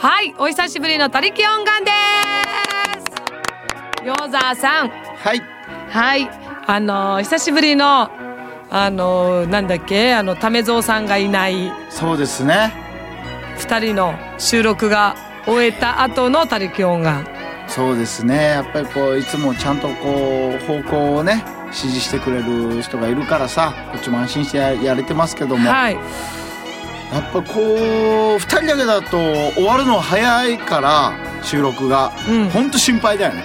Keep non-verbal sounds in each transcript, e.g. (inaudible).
はいお久しぶりの他力音願ですヨーザーさんはいはいあのー久しぶりのあのーなんだっけあの為蔵さんがいないそうですね二人の収録が終えた後の他力音願そうですねやっぱりこういつもちゃんとこう方向をね指示してくれる人がいるからさこっちも安心してややれてますけども、はいやっぱこう2人だけだと終わるの早いから収録が、うんほんと心配だよね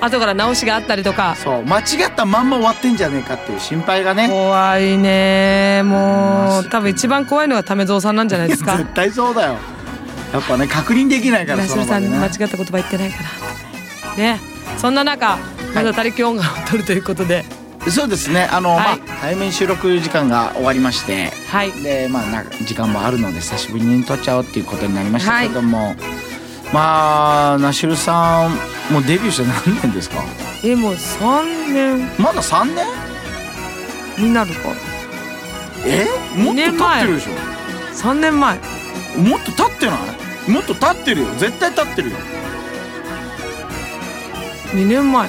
後から直しがあったりとかそう間違ったまんま終わってんじゃねえかっていう心配がね怖いねもマうジ多分一番怖いのが為蔵さんなんじゃないです (laughs) か絶対そうだよやっぱね確認できないから村そ島のさ場んで間違ねった言葉言ってないかなねそんな中まだ他力音楽を取るということでそうですねあの、はいまあ早めに収録時間が終わりましてはいでまあなんか時間もあるので久しぶりに撮っちゃおうっていうことになりましたけども、まあナシルさんもうデビューして何年ですかえもう3年まだ3年になるかえも二っと経年前ってるでしょ3年前もっと経ってないもっと経ってるよ絶対経ってるよ2年前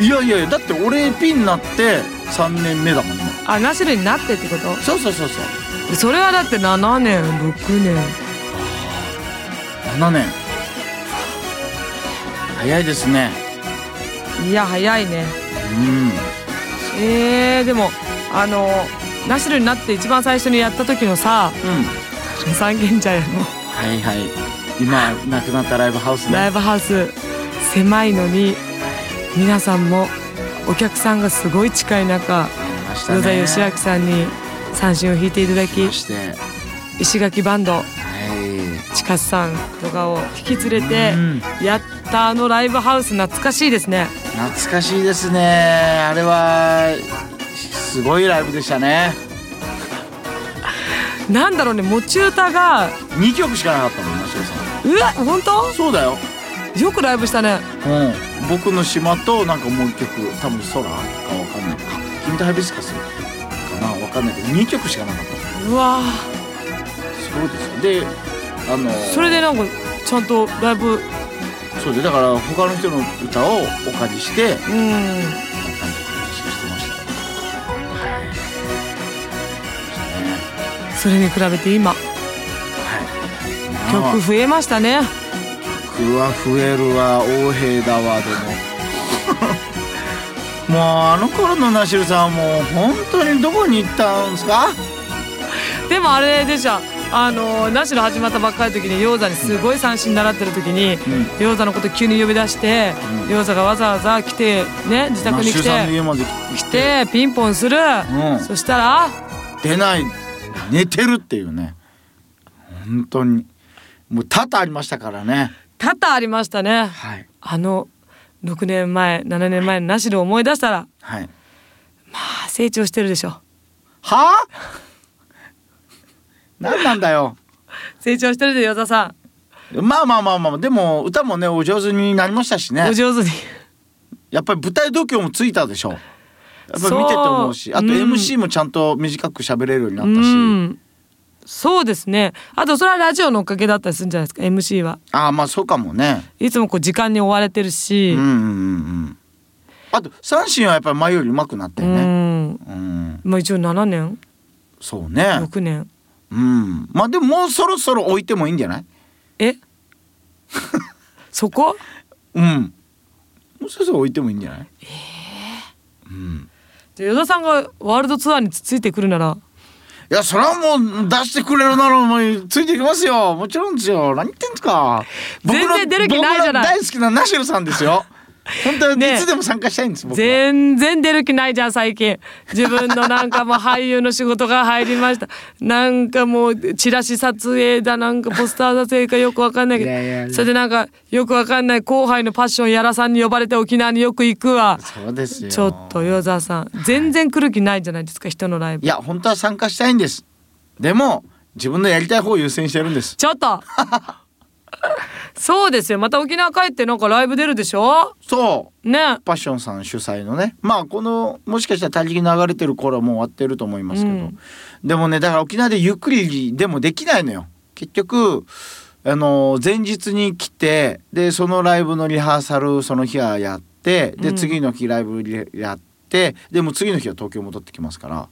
いやいやいやだって俺 P になって3年目だもんねあナシルになってってこそうそうそうそうとそれはだって7年6年7年早いですねいや早いねうんえー、でもあのナシルになって一番最初にやった時のさうん三軒茶屋のはいはい今なくなったライブハウスライねブハウス狭いのに皆さんもお客さんがすごい近い中ありました与田ね義明さんに三振を弾いていただきましては石垣バンドいちかさんとかを引き連れうんてやったあのライブハウス懐かしいですね懐かしいですねあれはすごいライブでしたねなんだろうね持ち歌が2曲しかなかったもんなしさんうわ本当そうだよよくライブしたねうん僕の島となんかもう1曲多分空かわかんないあ君とハイビスカスかなわかんないけど2曲しかなかったうわそうですよであのそれでなんかちゃんとライブそうでだから他の人の歌をお借りしてうんしてましたはいですそれに比べて今ね曲増えましたね曲は増えるわ横兵だわで (laughs) ももうあの頃のナシルさんもう本当にどこに行ったんですかでもあれでしょあのナシの始まったばっかりの時にヨウザにすごい三振習ってる時に、ヨウザのこと急に呼び出して、うんヨウザがわざわざ来てね自宅ナにシ来ルさんのて家まで来てピンポンする、うんそしたら出ない寝てるっていうね本当にもう多々ありましたからね多々ありましたねはいあの6年前7年前のナシルを思い出したらはいあ成長してるでしょは (laughs) あ何なんだよ成長してるでヨウザさまあまあまあまあでも歌もねお上手になりましたしんねお上手にやっぱり舞台度胸もついたでしょやっぱり見てて思うしそうあとうん MC もちゃんと短く喋れるようになったし、うんそうですねあとそれはラジオのおかげだったりするんじゃないですか MC はああまあそうかもねいつもこう時間に追われてるし、うんうんうんうんあと三振はやっぱり前より上手くなったようねんうん、まあ一応7年そうね6年うんまあでももうそろそろ置いてもいいんじゃないえ (laughs) そこ (laughs) うんもうそろそろ置いてもいいんじゃないええうんじゃあ与田さんがワールドツアーにつついてくるならいやそれはもう出してくれるならもうついてきますよもちろんですよ何言ってんすか僕の全然出る気ないじゃない僕の大好きなナシルさんで (laughs) すよ本当にねえいつでも参加したいんです、僕は全然出る気ないじゃん最近自分のなんかもう俳優の仕事が入りましたなんかもうチラシ撮影だなんかポスター撮影かよくわかんないけどいやいやいやそれでなんかよくわかんない後輩のパッションやらさんに呼ばれて沖縄によく行くわそうですよちょっと与沢さん全然来る気ないじゃないですか人のライブいや本当は参加したいんですでも自分のやりたい方を優先してるんですちょっとそうですよまた沖縄帰ってなんかライブ出るでしょそうねパッションさん主催のねまあこのもしかしたら大陸流れてる頃はもう終わってると思いますけど、うんでもねだから沖縄でゆっくりでもできないのよ結局あの前日に来てでそのライブのリハーサルその日はやってで、うん次の日ライブリやってでもう次の日は東京戻ってきますから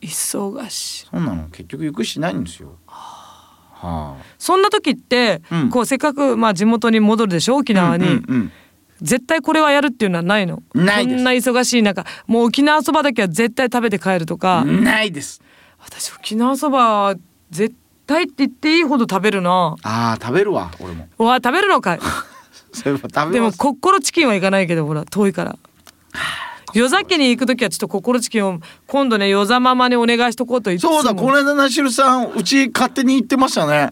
忙しいそんなの結局行くしないんですよ。はあ、そんな時って、うんこうせっかくまあ地元に戻るでしょ沖縄に、うんうんうん絶対これはやるっていうのはないのないですこんな忙しい中もう沖縄そばだけは絶対食べて帰るとか、ないです。私沖縄そば絶対って言っていいほど食べるなああ食べるわ俺も。うわ食べるの (laughs) かいそういえば食べでまもす。心チキンはいかないけどほら遠いから夜酒に行く時はちょっと心チキンを今度ね夜ざママにお願いしとこうと言ってそうだこの間ナシルさんうち勝手に行ってましたね。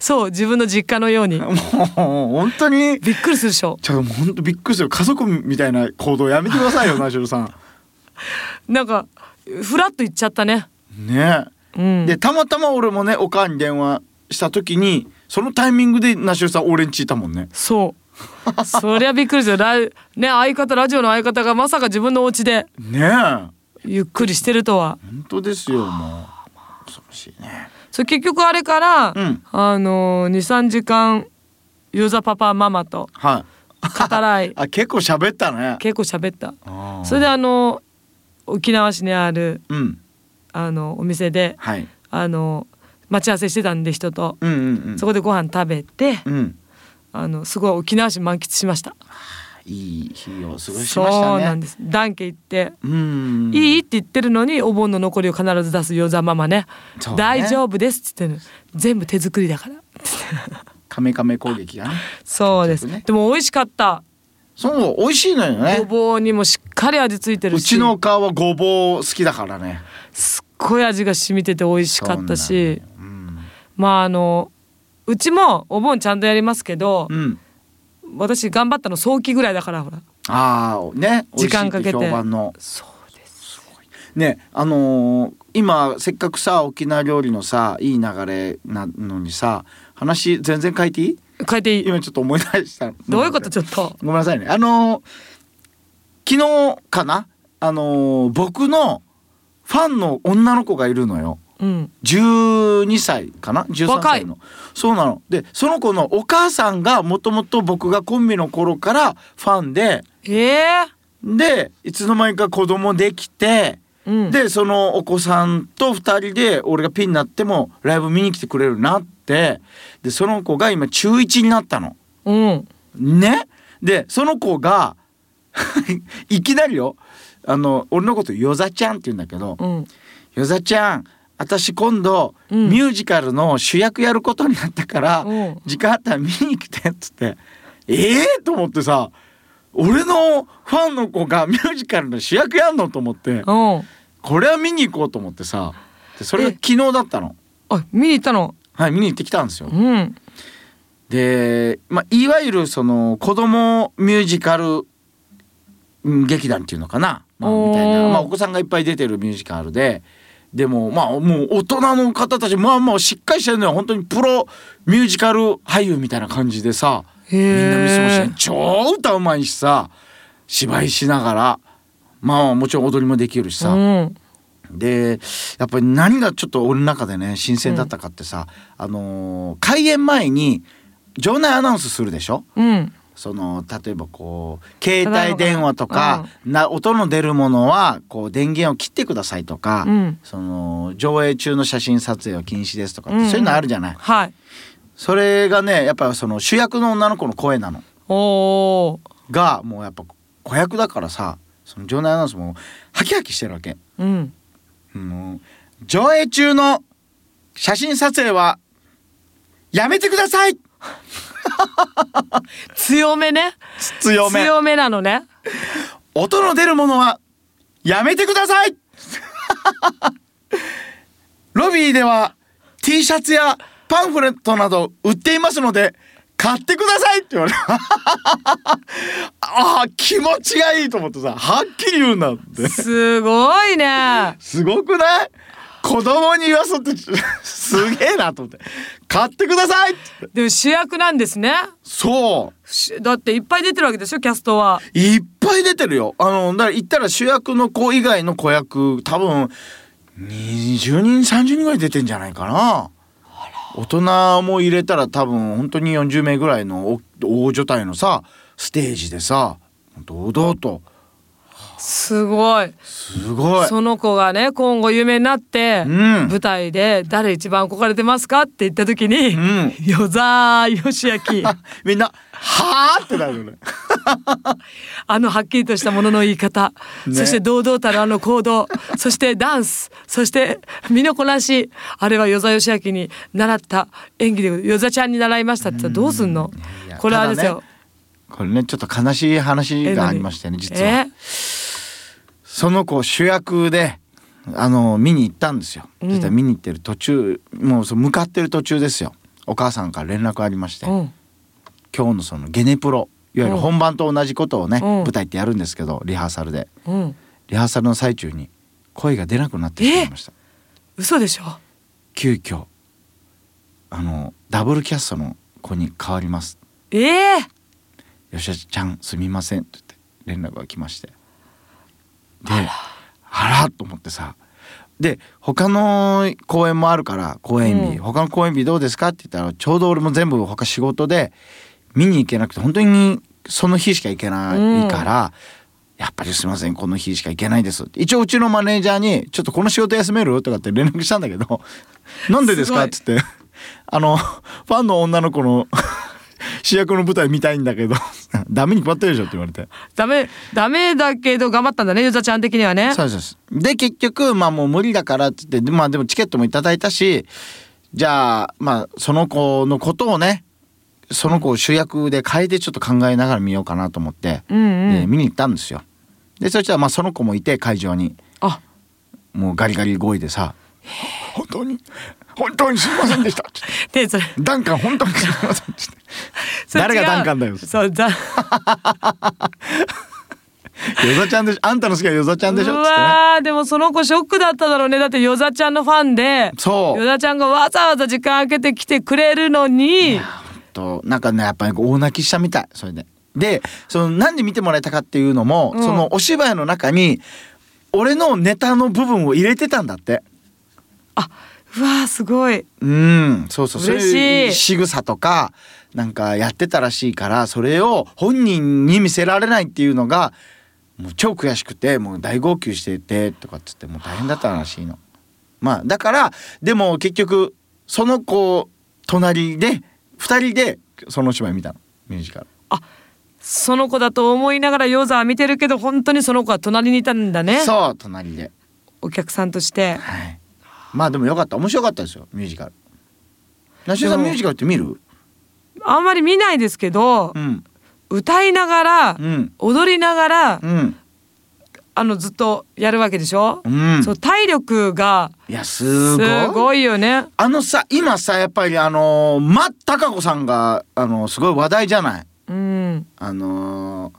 そう自分の実家のようにもう本当にびっくりするでしょちょっと本当びっくりする家族みたいな行動やめてくだ (laughs) さいよナシルさん。なんかフラッと行っちゃったねねうんでたまたま俺もねおかんに電話した時にそのタイミングでナシュルさん俺んちいたもんねそうそりゃびっくりするラね相方ラジオの相方がまさか自分のお家でねえ本ゆっくりしてるとは当ですよもう恐ろしいねそう結局あれから、うんあのー、23時間ユーザーパパママとはい語らい (laughs) あ結構喋ったね結構喋ったあーそれであの沖縄市にあるうんあのお店ではいあの待ち合わせしてたんで人と、うんうんうんそこでご飯食べて、うんあのすごい沖縄市満喫しましたいい日を過ごしましたねそうなんです団家行って、うんいいいって言ってるのにお盆の残りを必ず出すヨザママねそうね大丈夫ですって言ってる全部手作りだからカメカメ攻撃がねそうです、結局ねでも美味しかったそう美味しいのよごねぼうにもしっかり味ついてるうしちのお母はごぼう好きだからねすっごい味が染みてて美味しかったしそうなのよまああのうちもお盆ちゃんとやりますけどう、ん、うん、私頑張ったの早期ぐらいだからほらああね時間かけて美味しいって評判のそうですねあのー今せっかくさ沖縄料理のさいい流れなのにさ話全然変えていい変えていい今ちょっと思い出したのどういうことちょっとごめんなさいねあのー昨日かなあのー僕のファンの女の子がいるのようん12歳かな13歳のそうなのでその子のお母さんがもともと僕がコンビの頃からファンでええでいつの間にか子供できてうん、でそのお子さんと2人で俺がピンになってもライブ見に来てくれるなってでその子が今中1になったの。うん、ねでその子が (laughs) いきなりよあの俺のこと「よざちゃん」って言うんだけどうん、 「よざちゃん私今度、うんミュージカルの主役やることになったから、うん時間あったら見に来て」っつって「ええー!」と思ってさ俺のファンの子がミュージカルの主役やんのと思って。うん、これは見に行こうと思ってさでそれがえ昨日だったのあ、見に行ったの。はい見に行ってきたんですようん、で、まあ、いわゆるその子供ミュージカルうん劇団っていうのかな、まあ、おーみたいな、まあ、お子さんがいっぱい出てるミュージカルででもまあもう大人の方たちまあまあしっかりしてるのよ本当にプロミュージカル俳優みたいな感じでさへみんな見過ごしえて。超歌うまいしさ芝居しながらまあもちろん踊りもできるしさ、うん、でやっぱり何がちょっと俺の中でね新鮮だったかってさ、あのー開演前に場内アナウンスするでしょうん、その例えばこう携帯電話とか、たな音の出るものはこう電源を切ってくださいとか、うんその上映中の写真撮影は禁止ですとかって、うんそういうのあるじゃないはい。それがねやっぱその主役の女の子の声なのおおがもうやっぱ子役だからさその場内アナウンスもハキハキしてるわけ。ー、うん、もう上映中の写真撮影はやめてください強めね。強め強めなの (laughs) ね。音の出るものはやめてください (laughs) ロビーでは T シャツやパンフレットなど売っていますので買ってくださいって言われた (laughs) ああ気持ちがいいと思ってさはっきり言うんだってすごいね。すごくない子供に言わすって (laughs) すげえなと思って買ってくださいって言ってでも主役なんですね。そうしだっていっぱい出てるわけでしょキャストは。いっぱい出てるよ。あの、だから言ったら主役の子以外の子役、多分、20人、30人ぐらい出てんじゃないかな。大人も入れたら多分本当に40名ぐらいの大大所帯のさステージでさ堂々とすごいすごいその子がね今後有名になって、うん舞台で「誰一番憧れてますか?」って言った時に「ん (laughs) 与沢義明みんな「はあ?」ってなる (laughs) よね。あのはっきりとしたものの言い方、ねそして堂々たるあの行動そしてダンスそして身のこなしあれは与沢義明に習った演技で与沢ちゃんに習いました」って言ったらどうすんのいやこれはあれですよ。これねちょっと悲しい話えが何ありましてね実は、えその子主役であの見に行ったんですよ、うんそしたら見に行ってる途中もうそう向かってる途中ですよお母さんから連絡ありまして、うん今日のそのゲネプロいわゆる本番と同じことをね、うん舞台ってやるんですけどリハーサルでうんリハーサルの最中に声が出なくなってしまいました嘘でしょ急遽あのダブルキャストの子に変わりますええ吉田ちゃんすみません」って言って連絡が来ましてであらと思ってさで他の公演もあるから公演日、うん他の公演日どうですかって言ったらちょうど俺も全部他仕事で見に行けなくて本当にその日しか行けないから、やっぱりすいませんこの日しか行けないですって一応うちのマネージャーに「ちょっとこの仕事休める?」とかって連絡したんだけど「なんでですか?」っつすって「あのファンの女の子の (laughs) 主役の舞台見たいんだけど (laughs) ダメに決まってるでしょ」って言われてダメダメだけど頑張ったんだね与沢ちゃん的にはねそうですそうですで結局まあもう無理だからって言ってでまあでもチケットもいただいたしじゃあまあその子のことをねその子を主役で変えてちょっと考えながら見ようかなと思って、うんうん、で見に行ったんですよでそしたらまあその子もいて会場にあもうガリガリ声でさ「本当に本当にすいませんでした」でそれダンカン本当にすいませんでした」それ誰が違うダンカンだよそうだ (laughs) よざちゃんでしょあんたの好きはよざちゃんでしょ」っうつってね。わーでもその子ショックだっただろうねだって与沢ちゃんのファンでそう与沢ちゃんがわざわざ時間空けて来てくれるのにとなんかねやっぱり大泣きしたみたいそれで。でそのなんで見てもらえたかっていうのも、うんそのお芝居の中に俺のネタの部分を入れてたんだって。うわーすごいうんそうそう嬉しいそういう仕草とかなんかやってたらしいからそれを本人に見せられないっていうのがもう超悔しくてもう大号泣しててとかっつってもう大変だったらしいの。まあだからでも結局その子隣で2人でそのお芝居見たのミュージカル。その子だと思いながら与沢は見てるけど本当にその子は隣にいたんだねそう隣で、お客さんとしてはい、まあでもよかった面白かったですよミュージカル梨田さんでもミュージカルって見るあんまり見ないですけどうん歌いながらうん踊りながらうんあのずっとやるわけでしょうんそう体力がいやすすごいごいよねあのさ今さやっぱりあのーマッタカ子さんがあのーすごい話題じゃないうんあのー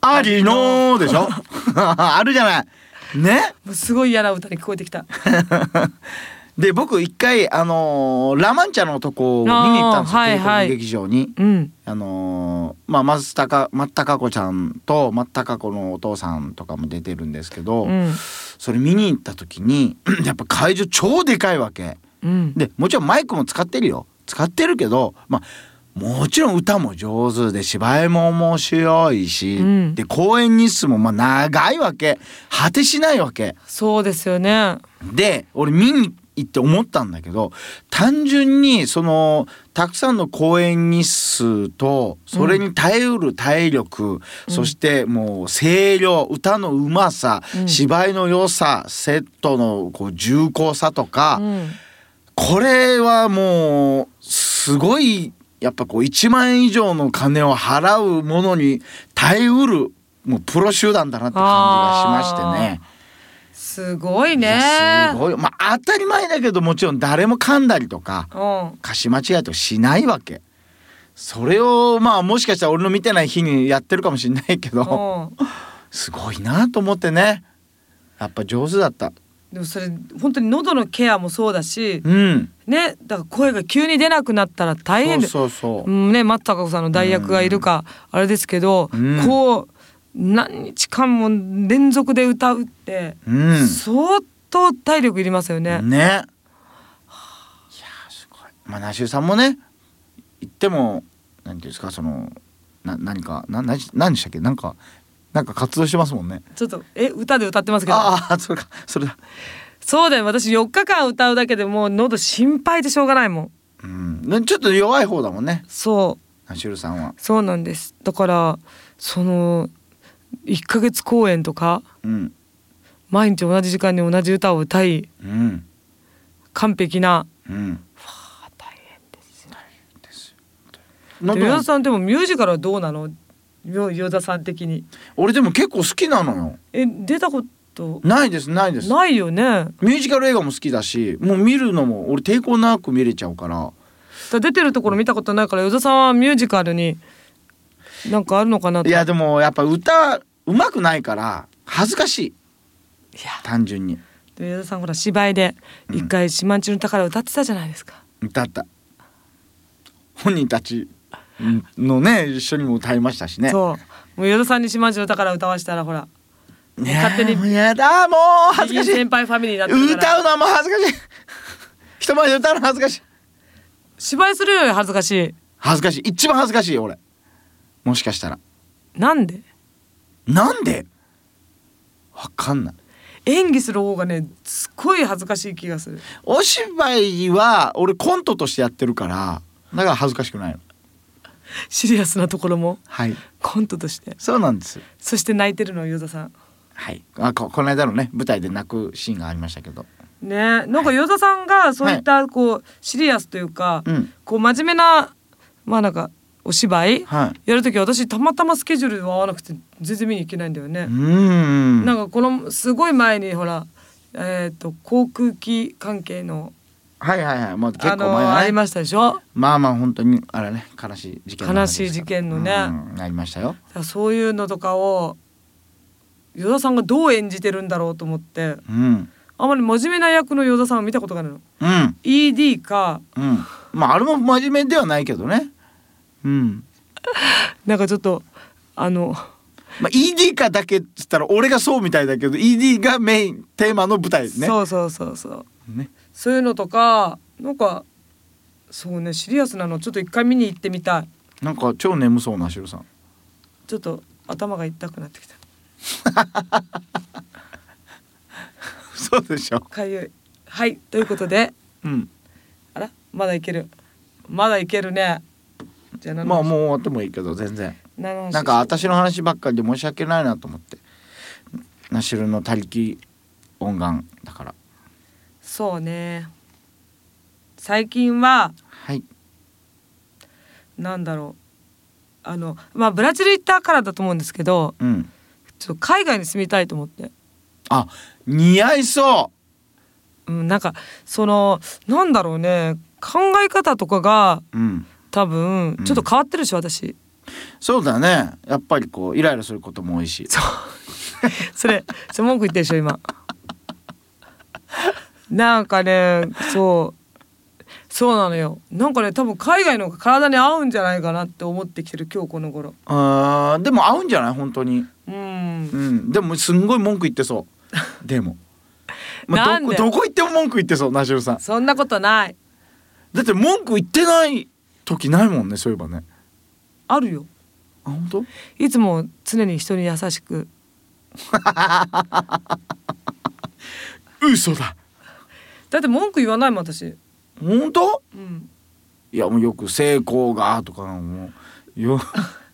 ありのーでしょ (laughs) あるじゃないねもうすごい嫌な歌に聞こえてき (laughs) たで僕一回あのーラ・マンチャのとこを見に行ったんですよ、あーはいはい帝国劇場にうんあのーまあ松たか松たか子ちゃんと松たか子のお父さんとかも出てるんですけど、うんそれ見に行った時に (clears throat) やっぱ会場超でかいわけうんでもちろんマイクも使ってるよ使ってるけどまあもちろん歌も上手で芝居も面白いし、うんで公演日数もまあ長いわけ果てしないわけそうですよね。で俺見に行って思ったんだけど単純にそのたくさんの公演日数とそれに耐えうる体力、そしてもう声量歌のうまさ、うん芝居の良さセットのこう重厚さとか、うん、これはもうすごいやっぱこう1万円以上の金を払うものに耐えうるもうプロ集団だなって感じがしましてね。すごいいね。やすごい。まあ当たり前だけどもちろん誰も噛んだりとかうん。貸し間違えとかしないわけ。それをまあもしかしたら俺の見てない日にやってるかもしれないけど、うん。すごいなと思ってね。やっぱ上手だった。でもそれ本当に喉のケアもそうだし、うん。ね、だから声が急に出なくなったら大変で、そうそうそう。うんね、松たか子さんの代役がいるかあれですけど、うんこう何日間も連続で歌うって、うん。相当体力いりますよね。ね。いやーすごい。まあナシューさんもね言ってもなんていうんですかそのな何かな何何でしたっけなんかなんか活動してますもんね。ちょっとえ歌で歌ってますけどああそれかそれだ。そうだよ私4日間歌うだけでもう喉心配でしょうがないもんうんねちょっと弱い方だもんねそうナシュールさんは。そうなんですだからその1ヶ月公演とかうん毎日同じ時間に同じ歌を歌いうん完璧なうん。あ大変ですですで与なん田かさんでもミュージカルはどうなのよ与田さん的に俺でも結構好きなのよ。え出たことないですないです。ないよねだミュージカル映画も好きだしもう見るのも俺抵抗なく見れちゃうから出てるところ見たことないから与田さんはミュージカルになんかあるのかなといやでもやっぱ歌うまくないから恥ずかしいいや単純にで与田さんほら芝居でうん一回「島んちの宝」歌ってたじゃないですか、歌った本人たちのね一緒にも歌いましたしねそうもう与田さんに「島んちの宝」歌わしたらほらねえ勝手にやだもう恥ずかしビギいン先輩ファミリーだった歌からうのはもう恥ずかしい人前で歌うの恥ずかしい芝居するより恥ずかしい恥ずかしい一番恥ずかしいよ俺もしかしたらなんでなんでわかんない演技する方がねすっごい恥ずかしい気がするお芝居は俺コントとしてやってるからだから恥ずかしくないのシリアスなところもはいコントとしてそうなんですそして泣いてるの与田さんはいあここの間のね舞台で泣くシーンがありましたけどねなんか与田さんがそういったこうシリアスというか、うんこう真面目なまあなんかお芝居はいやるとき私たまたまスケジュールが合わなくて全然見に行けないんだよねうー、んなんかこのすごい前にほらえっ、と航空機関係のはいはいはいもう結あ構前のだねありましたでしょまあまあ本当にあれね悲しい事件の話悲ですしい事件のねうんなりましたよだからそういうのとかを依田さんがどう演じてるんだろうと思ってうんあまり真面目な役の依田さんを見たことがないのうん ED かうんまああれも真面目ではないけどねうんなんかちょっとあのまあ ED かだけっつったら俺がそうみたいだけど ED がメインテーマの舞台ねそうそうそうそうねそういうのとかなんかそうねシリアスなのちょっと一回見に行ってみたいなんか超眠そうなシロ (laughs) さんちょっと頭が痛くなってきたそうでしょかゆいはいということでうんあらまだいけるまだいけるねじゃあ何のまあ話もう終わってもいいけど全然何の話なんか私の話ばっかりで申し訳ないなと思ってナシュルの他力音願だからそうね最近ははいなんだろうあのまあブラジル行ったからだと思うんですけどうんちょっと海外に住みたいと思って、あ似合いそうん、なんかそのなんだろうね考え方とかがううん多分うんちょっと変わってるでしょ、私そうだねやっぱりこうイライラすることも多いしそうそれそれ文句言ってるでしょ今なんかねそうそうなのよなんかね多分海外の方が体に合うんじゃないかなって思ってきてる今日この頃あーでも合うんじゃない本当にうんうんでもすんごい文句言ってそう (laughs) でも、まあ、なんどこでどこ行っても文句言ってそうナシュルさんそんなことないだって文句言ってない時ないもんねそういえばねあるよあ本当いつも常に人に優しく嘘だだって文句言わないもん私、本当うん、いやもうよく成功がとかもうよ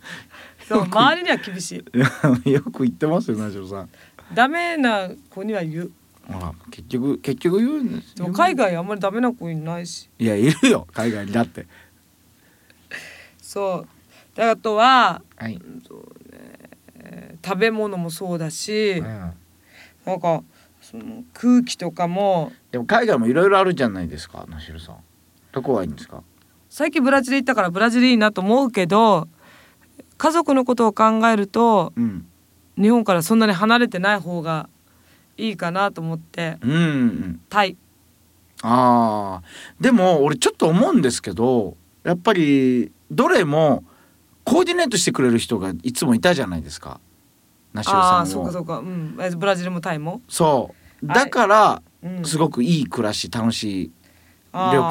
(laughs) そう周りには厳しいいやよく言ってますよナジロさん。ダメな子には言うほら結局結局言うんですでも海外あんまりダメな子いないしいやいるよ海外にだって。そうであとははい。えー食べ物もそうだし、うんなんかその空気とかもでも海外もいろいろあるじゃないですかナシロさん。どこがいいんですか。最近ブラジル行ったからブラジルいいなと思うけど家族のことを考えるとうん。日本からそんなに離れてない方がいいかなと思ってうん、うん。タイああでも俺ちょっと思うんですけどやっぱりどれもコーディネートしてくれる人がいつもいたじゃないですかナシロあさあーんそうかそを。うかうんえブラジルもタイも、そうはいだから、うん、すごくいい暮らし楽しい旅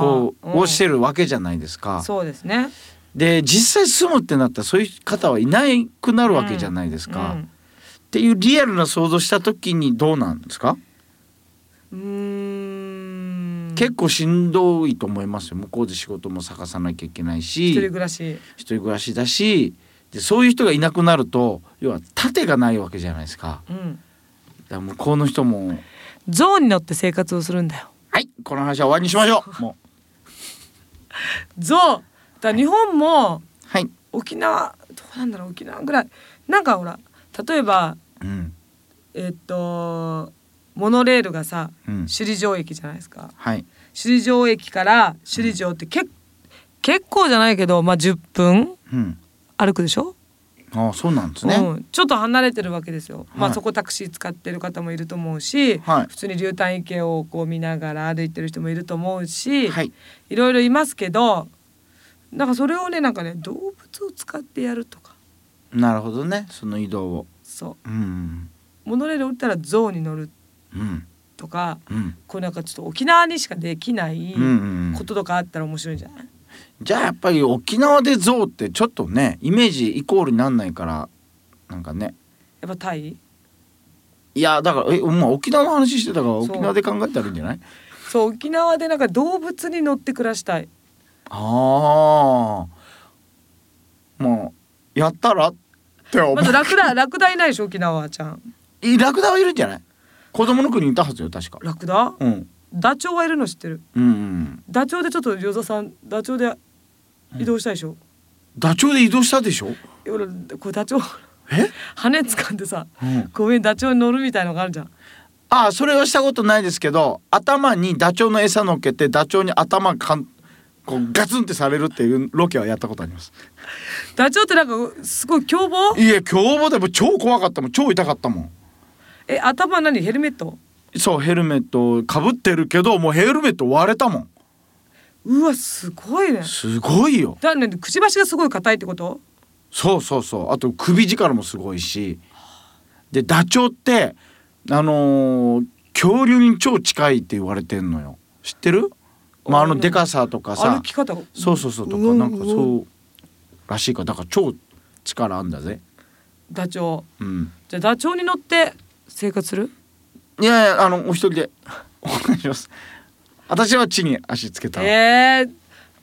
行をしてるわけじゃないですか。そうですね。で実際住むってなったらそういう方はいなくなるわけじゃないですか。うんっていうリアルな想像した時にどうなんですか、うーん。結構しんどいと思いますよ向こうで仕事も探さなきゃいけないし一人暮らし。一人暮らしだしでそういう人がいなくなると要は盾がないわけじゃないですかうん。だから向こうの人も象に乗って生活をするんだよはいこの話は終わりにしましょうもうゾウ。だから日本もはい、沖縄どうなんだろう沖縄ぐらいなんかほら例えばうんえっとモノレールがさうん首、里城駅じゃないですか。はい首里城駅から首里城ってけ、結構じゃないけどまあ10分うん歩くでしょああそうなんですね、うん、ちょっと離れてるわけですよ、まはあいそこタクシー使ってる方もいると思うし、はい普通に流体池をこう見ながら歩いてる人もいると思うし、はいいろいろいますけどなんかそれをねなんかね動物を使ってやるとかなるほどねその移動をそうんうモノレール降りたら象に乗るうんとかうんこうなんかちょっと沖縄にしかできないうんうんこととかあったら面白いんじゃない、じゃあやっぱり沖縄で象ってちょっとねイメージイコールになんないからなんかねやっぱタイいやだからえまあ沖縄の話してたからそう沖縄で考えたらいいんじゃないそう沖縄でなんか動物に乗って暮らしたいああもうやったらって思う、まずラクダ (laughs) ラクダいないでしょ沖縄ちゃんいラクダはいるんじゃない子供の国にいたはずよ確か、ラクダうん、ダチョウはいるの知ってるうんうんダチョウでちょっとヨザさんダチョウで移動したでしょ、ダチョウで移動したでしょ俺こうダチョウえ、羽掴んでさうん、ごめんダチョウに乗るみたいのがあるじゃんああそれはしたことないですけど頭にダチョウの餌乗っけてダチョウに頭かんこうガツンってされるっていうロケはやったことありますダチョウってなんかすごい凶暴いや凶暴でも超怖かったもん超痛かったもんえ頭何ヘルメットそうヘルメットかぶってるけどもうヘルメット割れたもんうわすごいねすごいよだねくちばしがすごい硬いってことそうそうそうあと首力もすごいしでダチョウってあのー恐竜に超近いって言われてんのよ知ってるまああのでかさとかさ歩き方がそうそうそうとうかんなんかうそうらしいからだから超力あんだぜダチョウうんじゃあダチョウに乗って生活するいやいやあのお一人で (laughs) お願いします私は地に足つけた、えー、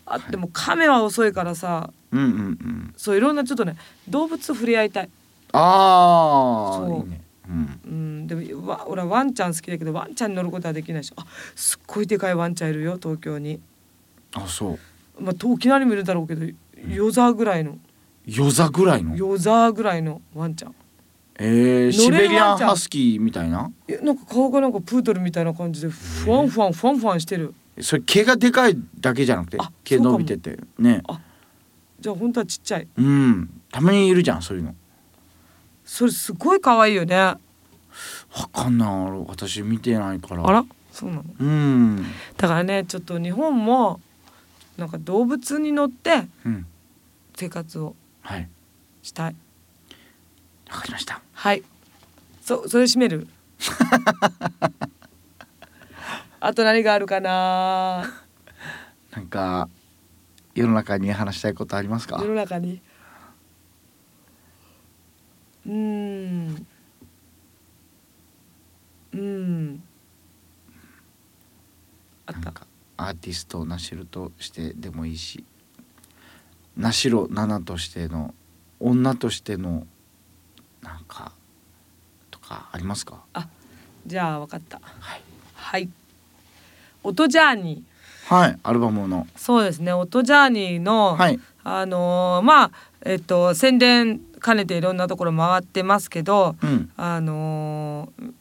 あでも亀は遅いからさうんうんうんそういろんなちょっとね動物と触れ合いたいああそういいねうんうんでもわ俺はワンちゃん好きだけどワンちゃんに乗ることはできないしあすっごいでかいワンちゃんいるよ東京にあそうまあ東沖縄にもいるだろうけど夜座ぐらいの夜座ぐらいの夜座ぐらいのワンちゃんえー、乗シれベるリアワンンちゃんハスキーみたいないやなんか顔がなんかプードルみたいな感じでふわんふわんふわんふわんしてるそれ毛がでかいだけじゃなくてあ毛そうか伸もびててねじゃあ本当はちっちゃいうんたまにいるじゃんそういうのそれすごい可愛いよねあわかんない俺私見てないかららそうなのうんだからねちょっと日本もなんか動物に乗ってうん生活をはいしたいわかりましたはいそそれ締めるあと何があるかななんか世の中に話したいことありますか世の中にうーんうーんあっなんたかアーティストをナシロとしてでもいいしナシロナナとしての女としてのなんかとかありますかじゃあ分かったはいはい音ジャーニーはいアルバムのそうですね音ジャーニーの、はいあのーまあえっと宣伝兼ねていろんなところ回ってますけどうんあのー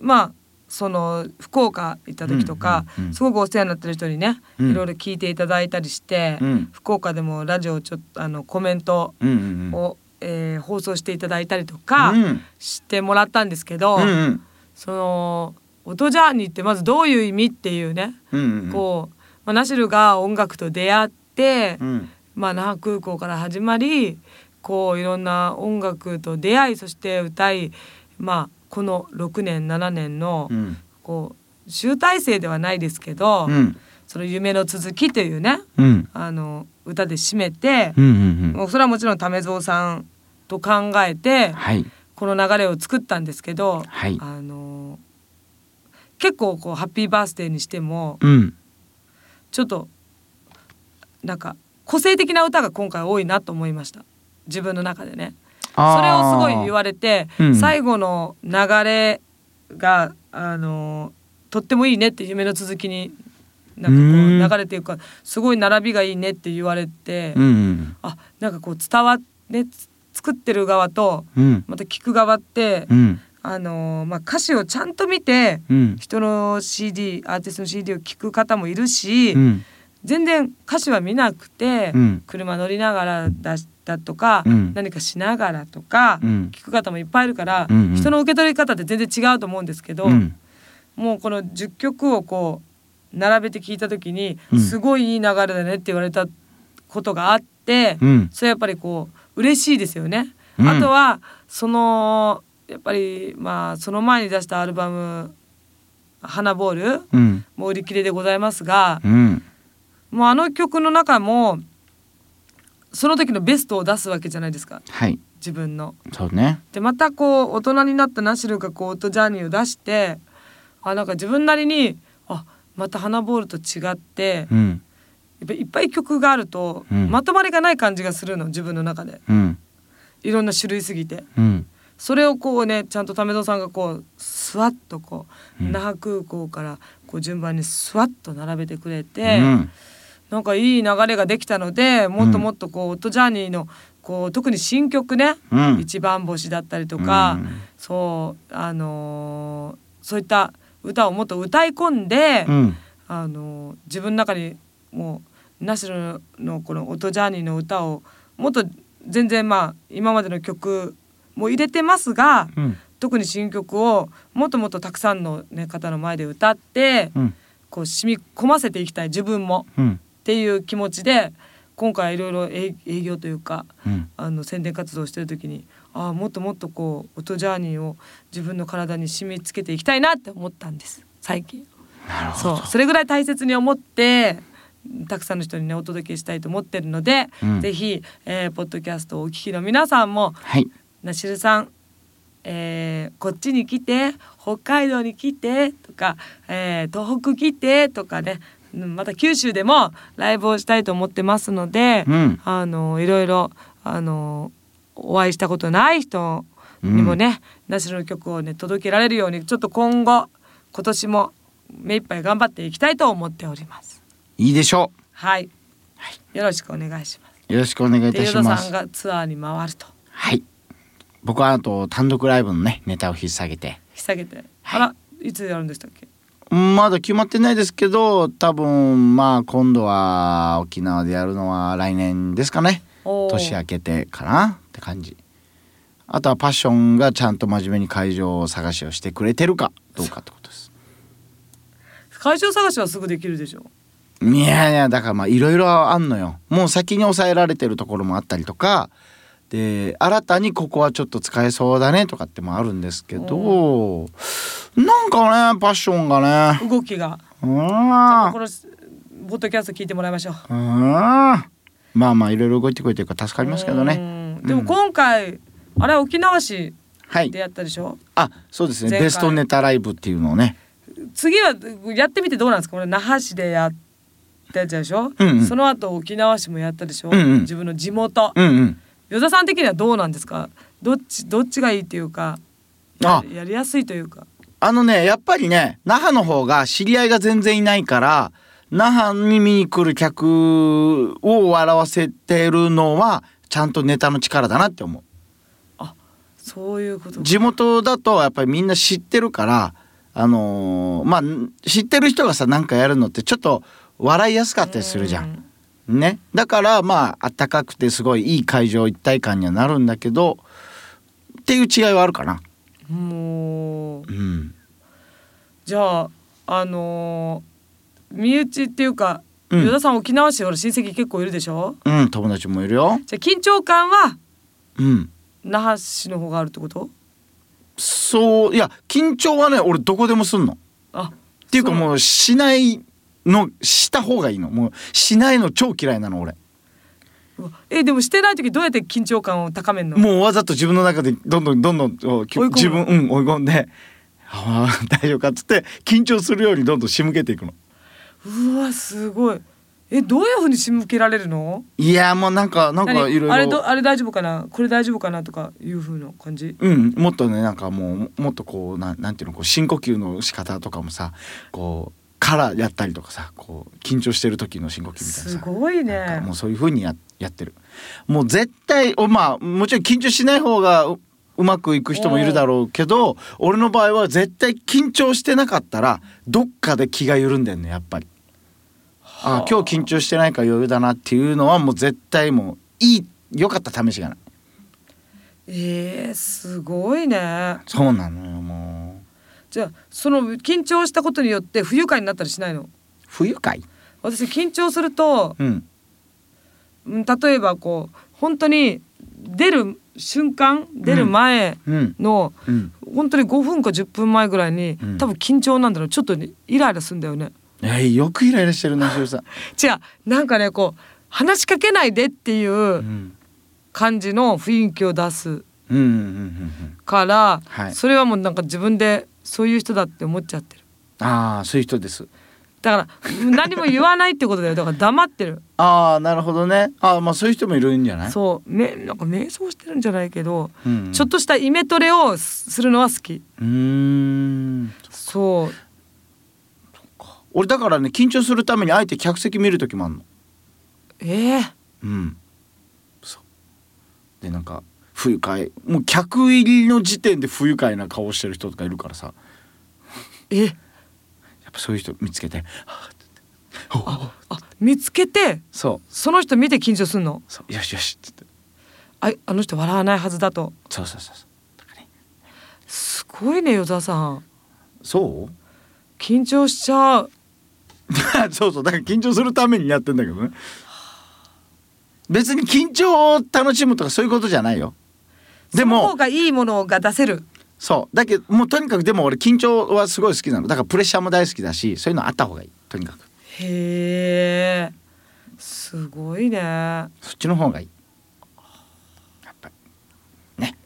まあその福岡行った時とか、うんうんうんすごくお世話になってる人にね、うんいろいろ聞いていただいたりして、うん福岡でもラジオちょっとあのコメントうんうんうんを、えー放送していただいたりとかうんしてもらったんですけど、うんうんその音ジャーニーってまずどういう意味っていうね、うんうんこう、まあ、ナシルが音楽と出会って、うんまあ、那覇空港から始まりこういろんな音楽と出会いそして歌い、まあ、この6年7年のうんこう集大成ではないですけど、うんその夢の続きというね、うんあの歌で締めてう、んうんうもんうそれはもちろん為蔵さんと考えてはいこの流れを作ったんですけど、はいあの結構こうハッピーバースデーにしてもうんちょっとなんか個性的な歌が今回多いなと思いました自分の中でね。それをすごい言われて、うん最後の流れがあのとってもいいねって夢の続きになうんんかこう流れていくからすごい並びがいいねって言われて、うんうんあなんかこう伝わってつ作ってる側とうんまた聞く側って、うんあのまあ、歌詞をちゃんと見てうん人の CD アーティストの CD を聞く方もいるし、うん全然歌詞は見なくて、うん車乗りながらだだとか、うん何かしながらとか、うん聞く方もいっぱいいるから、うんうん人の受け取り方って全然違うと思うんですけど、うんもうこの10曲をこう並べて聞いた時に、うんすごいいい流れだねって言われたことがあって、うんそれやっぱりこう嬉しいですよね。うんあとはそのやっぱりまあその前に出したアルバム「花ボールうん」もう売り切れでございますが、うんもうあの曲の中もその時のベストを出すわけじゃないですかはい自分の。そうねでまたこう大人になったナシルがこうオートジャーニーを出してあなんか自分なりにあまた花ボールと違ってうんやっぱいっぱい曲があると、うんまとまりがない感じがするの自分の中でうんいろんな種類すぎて。うんそれをこうねちゃんと為蔵さんがこうスワッとこう、うん那覇空港からこう順番にスワッと並べてくれうて、んなんかいい流れができたのでもっともっとこう、オットジャーニーのこう特に新曲ね、うん一番星だったりとか、うんそうあのーそういった歌をもっと歌い込んで、うんあのー自分の中にもうナシロのこの「オトジャーニー」の歌をもっと全然まあ今までの曲も入れてますがうん特に新曲をもっともっとたくさんの、ね、方の前で歌って、うんこう染み込ませていきたい自分もうんっていう気持ちで今回いろいろ営営業というかうんあの宣伝活動をしてる時にああもっともっとこうオトジャーニーを自分の体に染み付けていきたいなって思ったんです最近。なるほそどうそれぐらい大切に思ってたくさんの人にねお届けしたいと思ってるので、うんぜひ、えーポッドキャストをお聞きの皆さんもはいなしるさん、えーこっちに来て北海道に来てとか、えー東北来てとかねうんまた九州でもライブをしたいと思ってますので、うんあのいろいろあのお会いしたことない人にもね、ナシの曲をね届けられるようにちょっと今後今年も目いっぱい頑張っていきたいと思っております。いいでしょはい、よろしくお願いします。うよろしくお願いでいたユしダまさんすがツアーに回るとはい僕はあと単独ライブのねネタを引っ提げて引き下げて、はいあらいつやるんでしたっけ？まだ決まってないですけど多分まあ今度は沖縄でやるのは来年ですかねおー年明けてかなって感じあとはパッションがちゃんと真面目に会場を探しをしてくれてるかどうかってことです会場探しはすぐできるでしょ。いやいやだからまあいろいろあんのよもう先に抑えられてるところもあったりとかで新たにここはちょっと使えそうだねとかってもあるんですけどなんかねパッションがね動きが。うじゃあんこのボッドキャスト聞いてもらいましょう。うーんまあまあいろいろ動いてくれてるから助かりますけどうね。んでも今回、あれは沖縄市はいで。やったでしょ。あ、そうですね。前回ベストネタライブっていうのをね。次はやってみてどうなんですか。これ那覇市でやったやつでしょ。うんうんその後沖縄市もやったでしょ。うんうん自分の地元。うんうん。与田さん的にはどうなんですか。どっちどっちがいいっていうか、やあやりやすいというか。あのね、やっぱりね、那覇の方が知り合いが全然いないから、那覇に見に来る客を笑わせてるのは、ちゃんとネタの力だなって思そういうこう。と。地元だとやっぱりみんな知ってるから、あのーまあ、知ってる人がさ、なんかやるのってちょっと笑いやすかったりするじゃんう。ね、だからまあ暖かくてすごいいい会場一体感にはなるんだけどっていう違いはあるかな。もううん、じゃああのー身内っていうか、うん与田さん沖縄市ほら親戚結構いるでしょ。うん、友達もいるよ。じゃあ緊張感はうん、那覇市の方があるってこと？そういや緊張はね俺どこでもすんの。っあ、ていうかもうしないのした方がいいのもうしないの超嫌いなの俺うわえでもしてない時どうやって緊張感を高めるのもうわざと自分の中でどんどんどんどんおき追い込む自分うん追い込んで「ああ (laughs) 大丈夫か」っつって緊張するようにどんどん仕向けていくのうわすごいえどういう風に仕向けられるのいやもうなんかなんか何いろあれいろどあれ大丈夫かなこれ大丈夫かなとかいう風な感じうん、もっとねなんかもうもっとこうなんなんていうのこう深呼吸の仕方とかもさこうからやったりとかさこう緊張してる時の深呼吸みたいなすさごいねなんかもうそういう風にややってるもう絶対おまあもちろん緊張しない方がううまくいく人もいるだろうけど俺の場合は絶対緊張してなかったらどっかで気が緩んでんのやっぱり。あ今日緊張してないから余裕だなっていうのはもう絶対もういい良かった試しがない。えー、すごいねそうなのよもうじゃあその緊張したことによって不愉快になったりしないの不愉快。私緊張するとうんうん例えばこう本当に出る瞬間出る前うんの、うん。本当に5分か10分前ぐらいに、うん多分緊張なんだろうちょっとねイライラするんだよねえよくイライラしてるなしお (laughs) さん。違うなんかねこう話しかけないでっていううん感じの雰囲気を出すうんうんうんうん。から、はいそれはもうなんか自分でそういう人だって思っちゃってるああそういう人です。だから何も言わないってことだよだから黙ってるああなるほどね。ああまあそういう人もいるんじゃない。そうめなんか瞑想してるんじゃないけど、うんうんちょっとしたイメトレをすするのは好きうーんそう俺だからね緊張するためにあえて客席見る時もあんのえー、うんそうでなんか不愉快もう客入りの時点で不愉快な顔してる人とかいるからさえやっぱそういう人見つけてはあって言っておうおうあ見つけてそうその人見て緊張すんのそうよしよしっつってああの人笑わないはずだとそうそうそうそうだからねすごいね与沢さんそう緊張しちゃう (laughs) そうそうだから緊張するためにやってんだけどね別に緊張を楽しむとかそういうことじゃないよでそのも方がいいものが出せるそうだけどもうとにかくでも俺緊張はすごい好きなのだからプレッシャーも大好きだしそういうのあった方がいいとにかくへえすごいねそっちの方がいいやっぱりね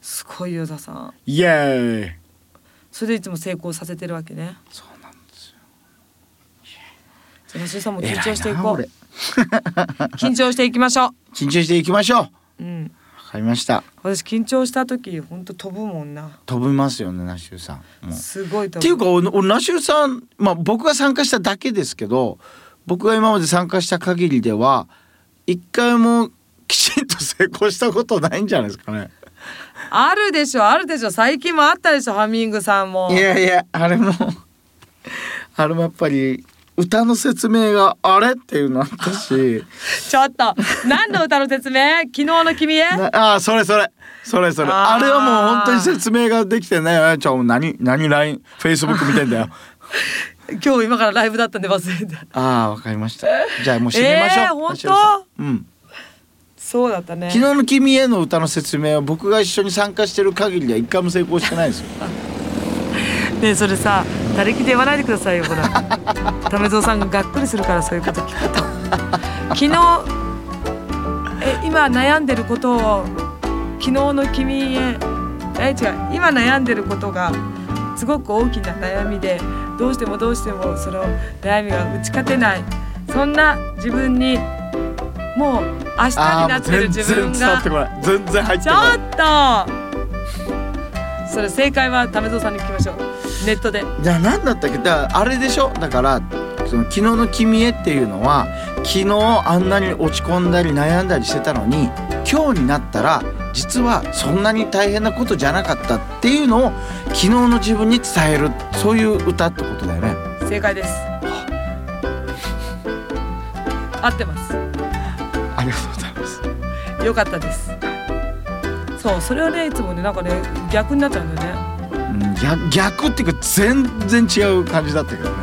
すごい与沢さんイエーイそれでいつも成功させてるわけねそうなんですよじゃあ増井さんも緊偉張していこなう俺緊張していきましょ緊張していきましょうわううんかりました私緊張した時ほんと飛ぶもんな飛びますよねナシューさんもうすごい飛ぶっていうか俺俺ナシューさんまあ僕が参加しただけですけど僕が今まで参加した限りでは一回もきちんと成功したことないんじゃないですかねあるでしょあるでしょ最近もあったでしょハミングさんもいやいやあれもあれもやっぱり歌の説明があれっていうのあった (laughs) しちょっと何の歌の説明昨日の君へなあーそれそれそれそれあーあれはもう本当に説明ができてないよちょ何何 LINE フェイスブック見て (laughs) んだよ今日今からライブだったんで忘れたあーわかりましたじゃあもう締めましょう、えー本当橋本さんうんそうだったね昨日の君への歌の説明は僕が一緒に参加してる限りでは一回も成功してないですよ (laughs) ねえそれさ誰気で言わないでくださいよ (laughs) ほら為蔵さんががっくりするからそういうこと聞くと昨日え今悩んでることを昨日の君へえ違う今悩んでることがすごく大きな悩みでどうしてもどうしてもその悩みが打ち勝てないそんな自分にもう明日に (laughs) あなあってる全自然分伝わがってこない全然入ってちこょないっとそれ正解は為蔵さんに聞きましょうネットでじゃあ何だったっけだからあれでしょだからその昨日の君へっていうのは昨日あんなに落ち込んだり悩んだりしてたのに今日になったら実はそんなに大変なことじゃなかったっていうのを昨日の自分に伝えるそういう歌ってことだよね正解です合ってますありがとうございますよかったですそうそれはねいつもねなんかね逆になっちゃうんだよねうん逆逆っていうか全然違う感じだったけどね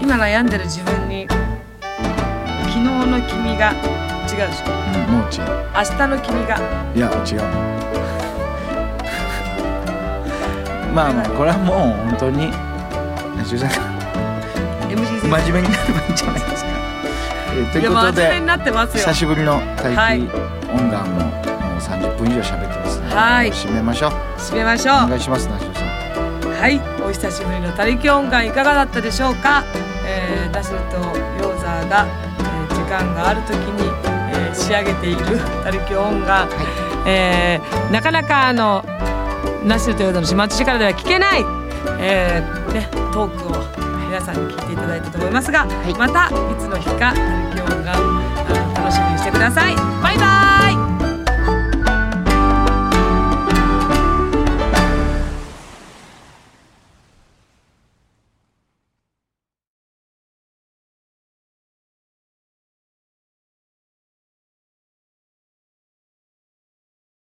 今悩んでる自分に昨日の君が違うでしょうんもう違う明日の君がいや違う (laughs) まあまあこれはもう本当に吉井さんが真面目になればいいんじゃないですか。えーといいうやこと真面目にでなってますよ久しぶりの待はい機音楽ももう30分以上喋ってますので、はい締めましょう。締めましょうお願いしますナショさん。はいお久しぶりの他力音感いかがだったでしょうか、えー、ダッシュとヨーザーが、えー時間がある時に、えー仕上げている他力音感、えーなかなかあのナッシュとヨーザーの島地からでは聞けない、えーね、トークを皆さんに聞いていただいたと思いますが、またいつの日か他力音感あの楽しみにしてくださいバイバイ